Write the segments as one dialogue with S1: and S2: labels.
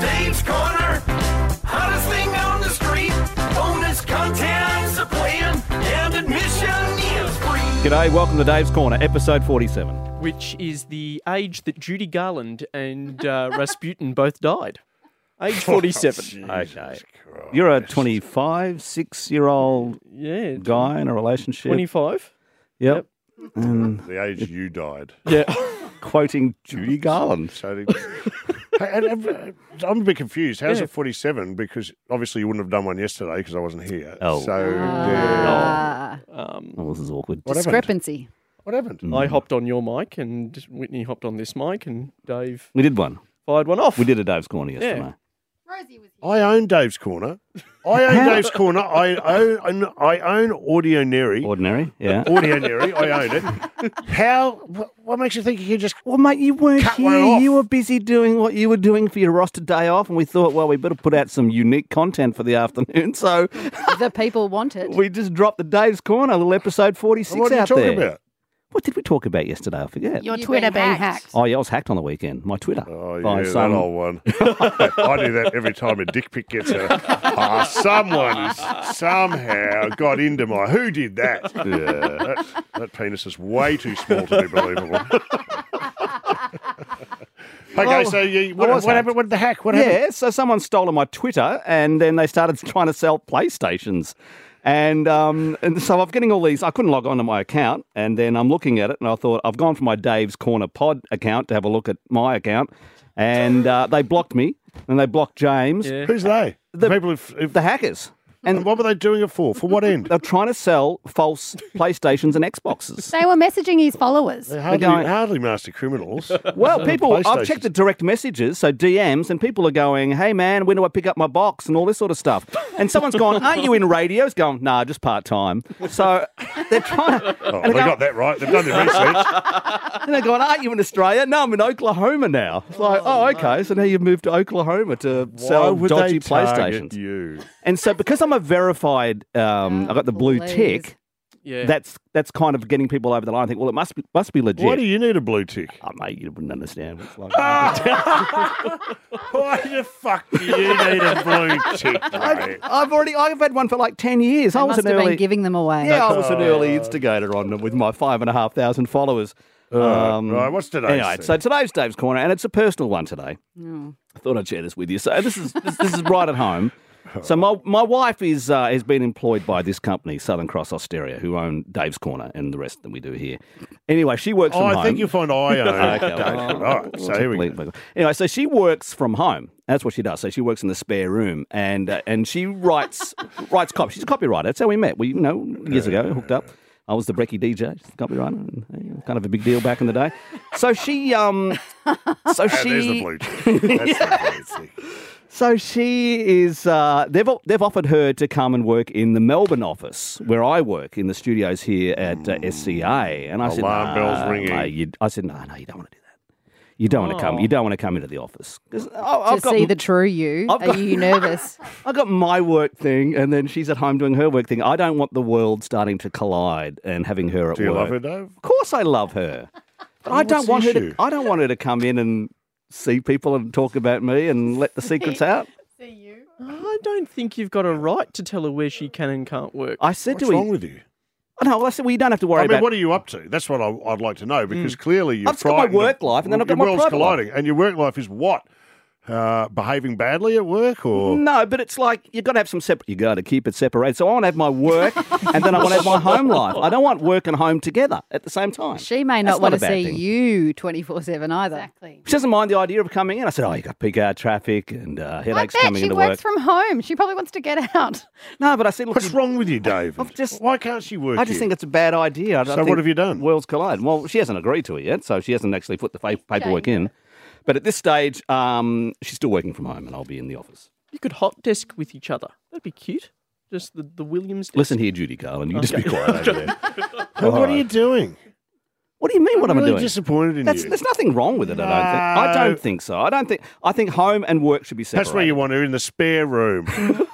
S1: Dave's Corner. Hottest thing on the street. Bonus content's a plan. And admission is free.
S2: G'day, welcome to Dave's Corner, episode 47.
S3: which is the age that Judy Garland and uh, Rasputin both died. Age 47.
S2: Okay. You're a 25, 6 year old
S3: yeah.
S2: guy in a relationship.
S3: 25?
S2: Yep.
S4: The age you died.
S3: Yeah.
S2: Quoting Judy Garland.
S4: So did- Hey, and, and, uh, I'm a bit confused. How's
S3: Yeah.
S4: it 47? Because obviously you wouldn't have done one yesterday because I wasn't here.
S2: Oh.
S4: So yeah.
S5: Ah,
S2: Oh, this is awkward.
S4: what happened?
S5: discrepancy.
S4: What happened?
S3: I hopped on your mic and Whitney hopped on this mic and Dave
S2: We did one.
S3: fired one off.
S2: We did a Dave's Corner yesterday.
S5: Rosie was
S4: I own Dave's Corner. I own Dave's Corner. I own I own Audionary.
S2: Ordinary, yeah.
S4: Audionary. I own it. How? wh- What makes you think you can just?
S2: Well, mate, you weren't
S4: Cut one
S2: here.
S4: off.
S2: You were busy doing what you were doing for your roster day off, and we thought, well, we better put out some unique content for the afternoon. So
S5: The people want it.
S2: we just dropped the Dave's Corner, little episode 46
S4: What are you
S2: out
S4: talking
S2: there.
S4: about?
S2: What did we talk about yesterday? I forget.
S6: Your
S5: You've
S6: Twitter
S5: been
S6: being
S5: hacked.
S6: hacked.
S2: Oh, yeah, I was hacked on the weekend. My Twitter.
S4: Oh
S2: by
S4: yeah,
S2: some-
S4: that old one. I do that every time a dick pic gets out. Ah, someone has somehow got into my. Who did that? Yeah, that, that penis is way too small to be believable. okay,
S2: Well,
S4: so you,
S2: I
S4: what,
S2: was
S4: what
S2: hacked.
S4: happened? What the heck? What happened?
S2: Yeah, so someone stole my Twitter, and then they started trying to sell PlayStations. And um, and so I'm getting all these. I couldn't log on to my account, and then I'm looking at it, and I thought I've gone from my Dave's Corner Pod account to have a look at my account, and uh, they blocked me, and they blocked James,
S3: Yeah.
S4: Who's they? The, people who've, who've-
S2: the hackers,
S4: and
S2: and
S4: what were they doing it for? For what end?
S2: they're trying to sell false PlayStations and Xboxes.
S6: They were messaging his followers.
S4: They're hardly,
S2: going-
S4: hardly master criminals. Oh,
S2: Well, people, I've
S4: PlayStations.
S2: checked the direct messages, so DMs, and people are going, "Hey, man, when do I pick up my box?" and all this sort of stuff. And someone's gone, "Aren't you in radio?" It's going, "Nah, just part time." So they're trying,
S4: Oh,
S2: and
S4: they
S2: they're going,
S4: got that right. They've done their research.
S2: and they're going, "Aren't you in Australia?" No, I'm in Oklahoma now. It's like, oh, okay, so now you've moved to Oklahoma to sell dodgy
S4: target
S2: PlayStations.
S4: You?
S2: And so because I'm a verified, um, I got the blue
S5: Oh, Please.
S2: tick.
S3: Yeah.
S2: That's that's kind of getting people over the line. I think, well, it must be must be legit.
S4: Why do you Ah! need a blue tick?
S2: Oh, mate, you wouldn't understand. What it's like.
S4: Why the fuck do you need a blue tick, mate?
S2: I've already I've had one for like ten years. I
S5: I
S2: was
S5: must
S2: an
S5: have
S2: early
S5: been giving them away.
S2: yeah, I was an
S4: Uh,
S2: early instigator on them with my five and a half thousand followers. Um,
S4: right, what's today's
S2: Anyway,
S4: thing?
S2: so today's Dave's corner, and it's a personal one today. I thought I'd share this with you. So this is this, this is right at home. So my my wife is uh, has been employed by this company, Southern Cross Osteria, who own Dave's Corner and the rest that we do here. Anyway, she works.
S4: Oh,
S2: from
S4: I
S2: home.
S4: think you'll find I own.
S2: Okay, well,
S4: All right, so here we go.
S2: Completely. Anyway, so she works from home. That's what she does. So she works in the spare room, and uh, and she writes writes copy. She's a copywriter. That's how we met. We you know years ago hooked up. I was the Brecky DJ, she's a copywriter, and, uh, kind of a big deal back in the day. So she um, so
S4: Ah, there's the
S2: she
S4: blue tick. That's the blue tick.
S2: so she is. Uh, they've they've offered her to come and work in the Melbourne office where I work in the studios here at uh, SCA. And I said,
S4: Mm. Alarm
S2: "Nah,
S4: bells ringing." Oh.
S2: mate, you- I said, no, no, you don't want to do that. You don't want to come. You don't want to come into the office 'Cause I-
S5: To
S2: I've got
S5: see the true you.
S2: I've got-
S5: Are you nervous?
S2: I got my work thing, and then she's at home doing her work thing. I don't want the world starting to collide and having her at
S4: Do you
S2: work.
S4: love her, Dave?
S2: Of course, I love her, but I
S4: What's
S2: don't
S4: the
S2: want her to.
S4: issue?
S2: I don't want her to come in and see people and talk about me and let the secrets out.
S3: I don't think you've got a right to tell her where she can and can't work.
S2: I said
S4: What's
S2: to her,
S4: wrong with you?
S2: Oh, No, well, I said, well, you don't have to worry
S4: I mean,
S2: about Hmm.
S4: what are you up to? That's what I, I'd like to know because clearly you're
S2: I've just got my
S4: frightened of-
S2: work life and then I've got
S4: your
S2: my
S4: world's
S2: private life.
S4: colliding, and your work life is what? Uh, behaving badly at work, or
S2: No, but it's like you've got to have some separate. You got to keep it separated. So I want to have my work, and then I want to have my home life. I don't want work and home together at the same time.
S5: She may
S2: That's
S5: not want
S2: a
S5: to
S2: bad
S5: see
S2: thing.
S5: you 24 7 either.
S6: Exactly.
S2: She doesn't mind the idea of coming in. I said, oh, you got peak hour traffic and uh,
S6: I
S2: headaches
S6: bet
S2: coming
S6: she
S2: into
S6: works
S2: work.
S6: from home. She probably wants to get out.
S2: no, but I said, look,
S4: what's
S2: you-
S4: wrong with you, Dave?
S2: I've just-
S4: Why can't she work?
S2: I just
S4: here?
S2: think it's a bad idea. I don't
S4: So what
S2: think
S4: have you done?
S2: Worlds collide. Well, she hasn't agreed to it yet, so she hasn't actually put the fa- paperwork in. But at this stage, um, she's still working from home, and I'll be in the office.
S3: you could hot desk with each other. That'd be cute. Just the, the Williams desk.
S2: Listen here, Judy Garland, you just be quiet over there.
S4: Hey, what are you doing?
S2: What do you mean? oh, What
S4: I'm
S2: am I
S4: really
S2: doing?
S4: disappointed in
S2: That's,
S4: you.
S2: there's nothing wrong with it. I don't think. I
S4: No.
S2: don't think so. I don't think. I think home and work should be separated.
S4: That's where you want her in the spare room.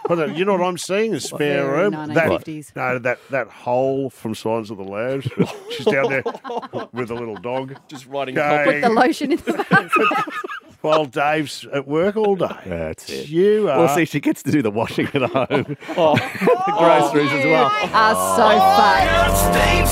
S4: Hold on, you know what I'm seeing? The spare
S5: Very
S4: room.
S5: 1950s.
S4: no, that that hole from Signs of the Labs. She's down there with a little dog.
S3: Just writing
S4: Okay.
S3: copy.
S5: The lotion in the
S4: while Dave's at work all day.
S2: That's it.
S4: You are.
S2: Well, see, she gets to do
S4: Oh,
S2: the washing at home, the groceries as well. Oh.
S5: Are so fun.
S1: Got stage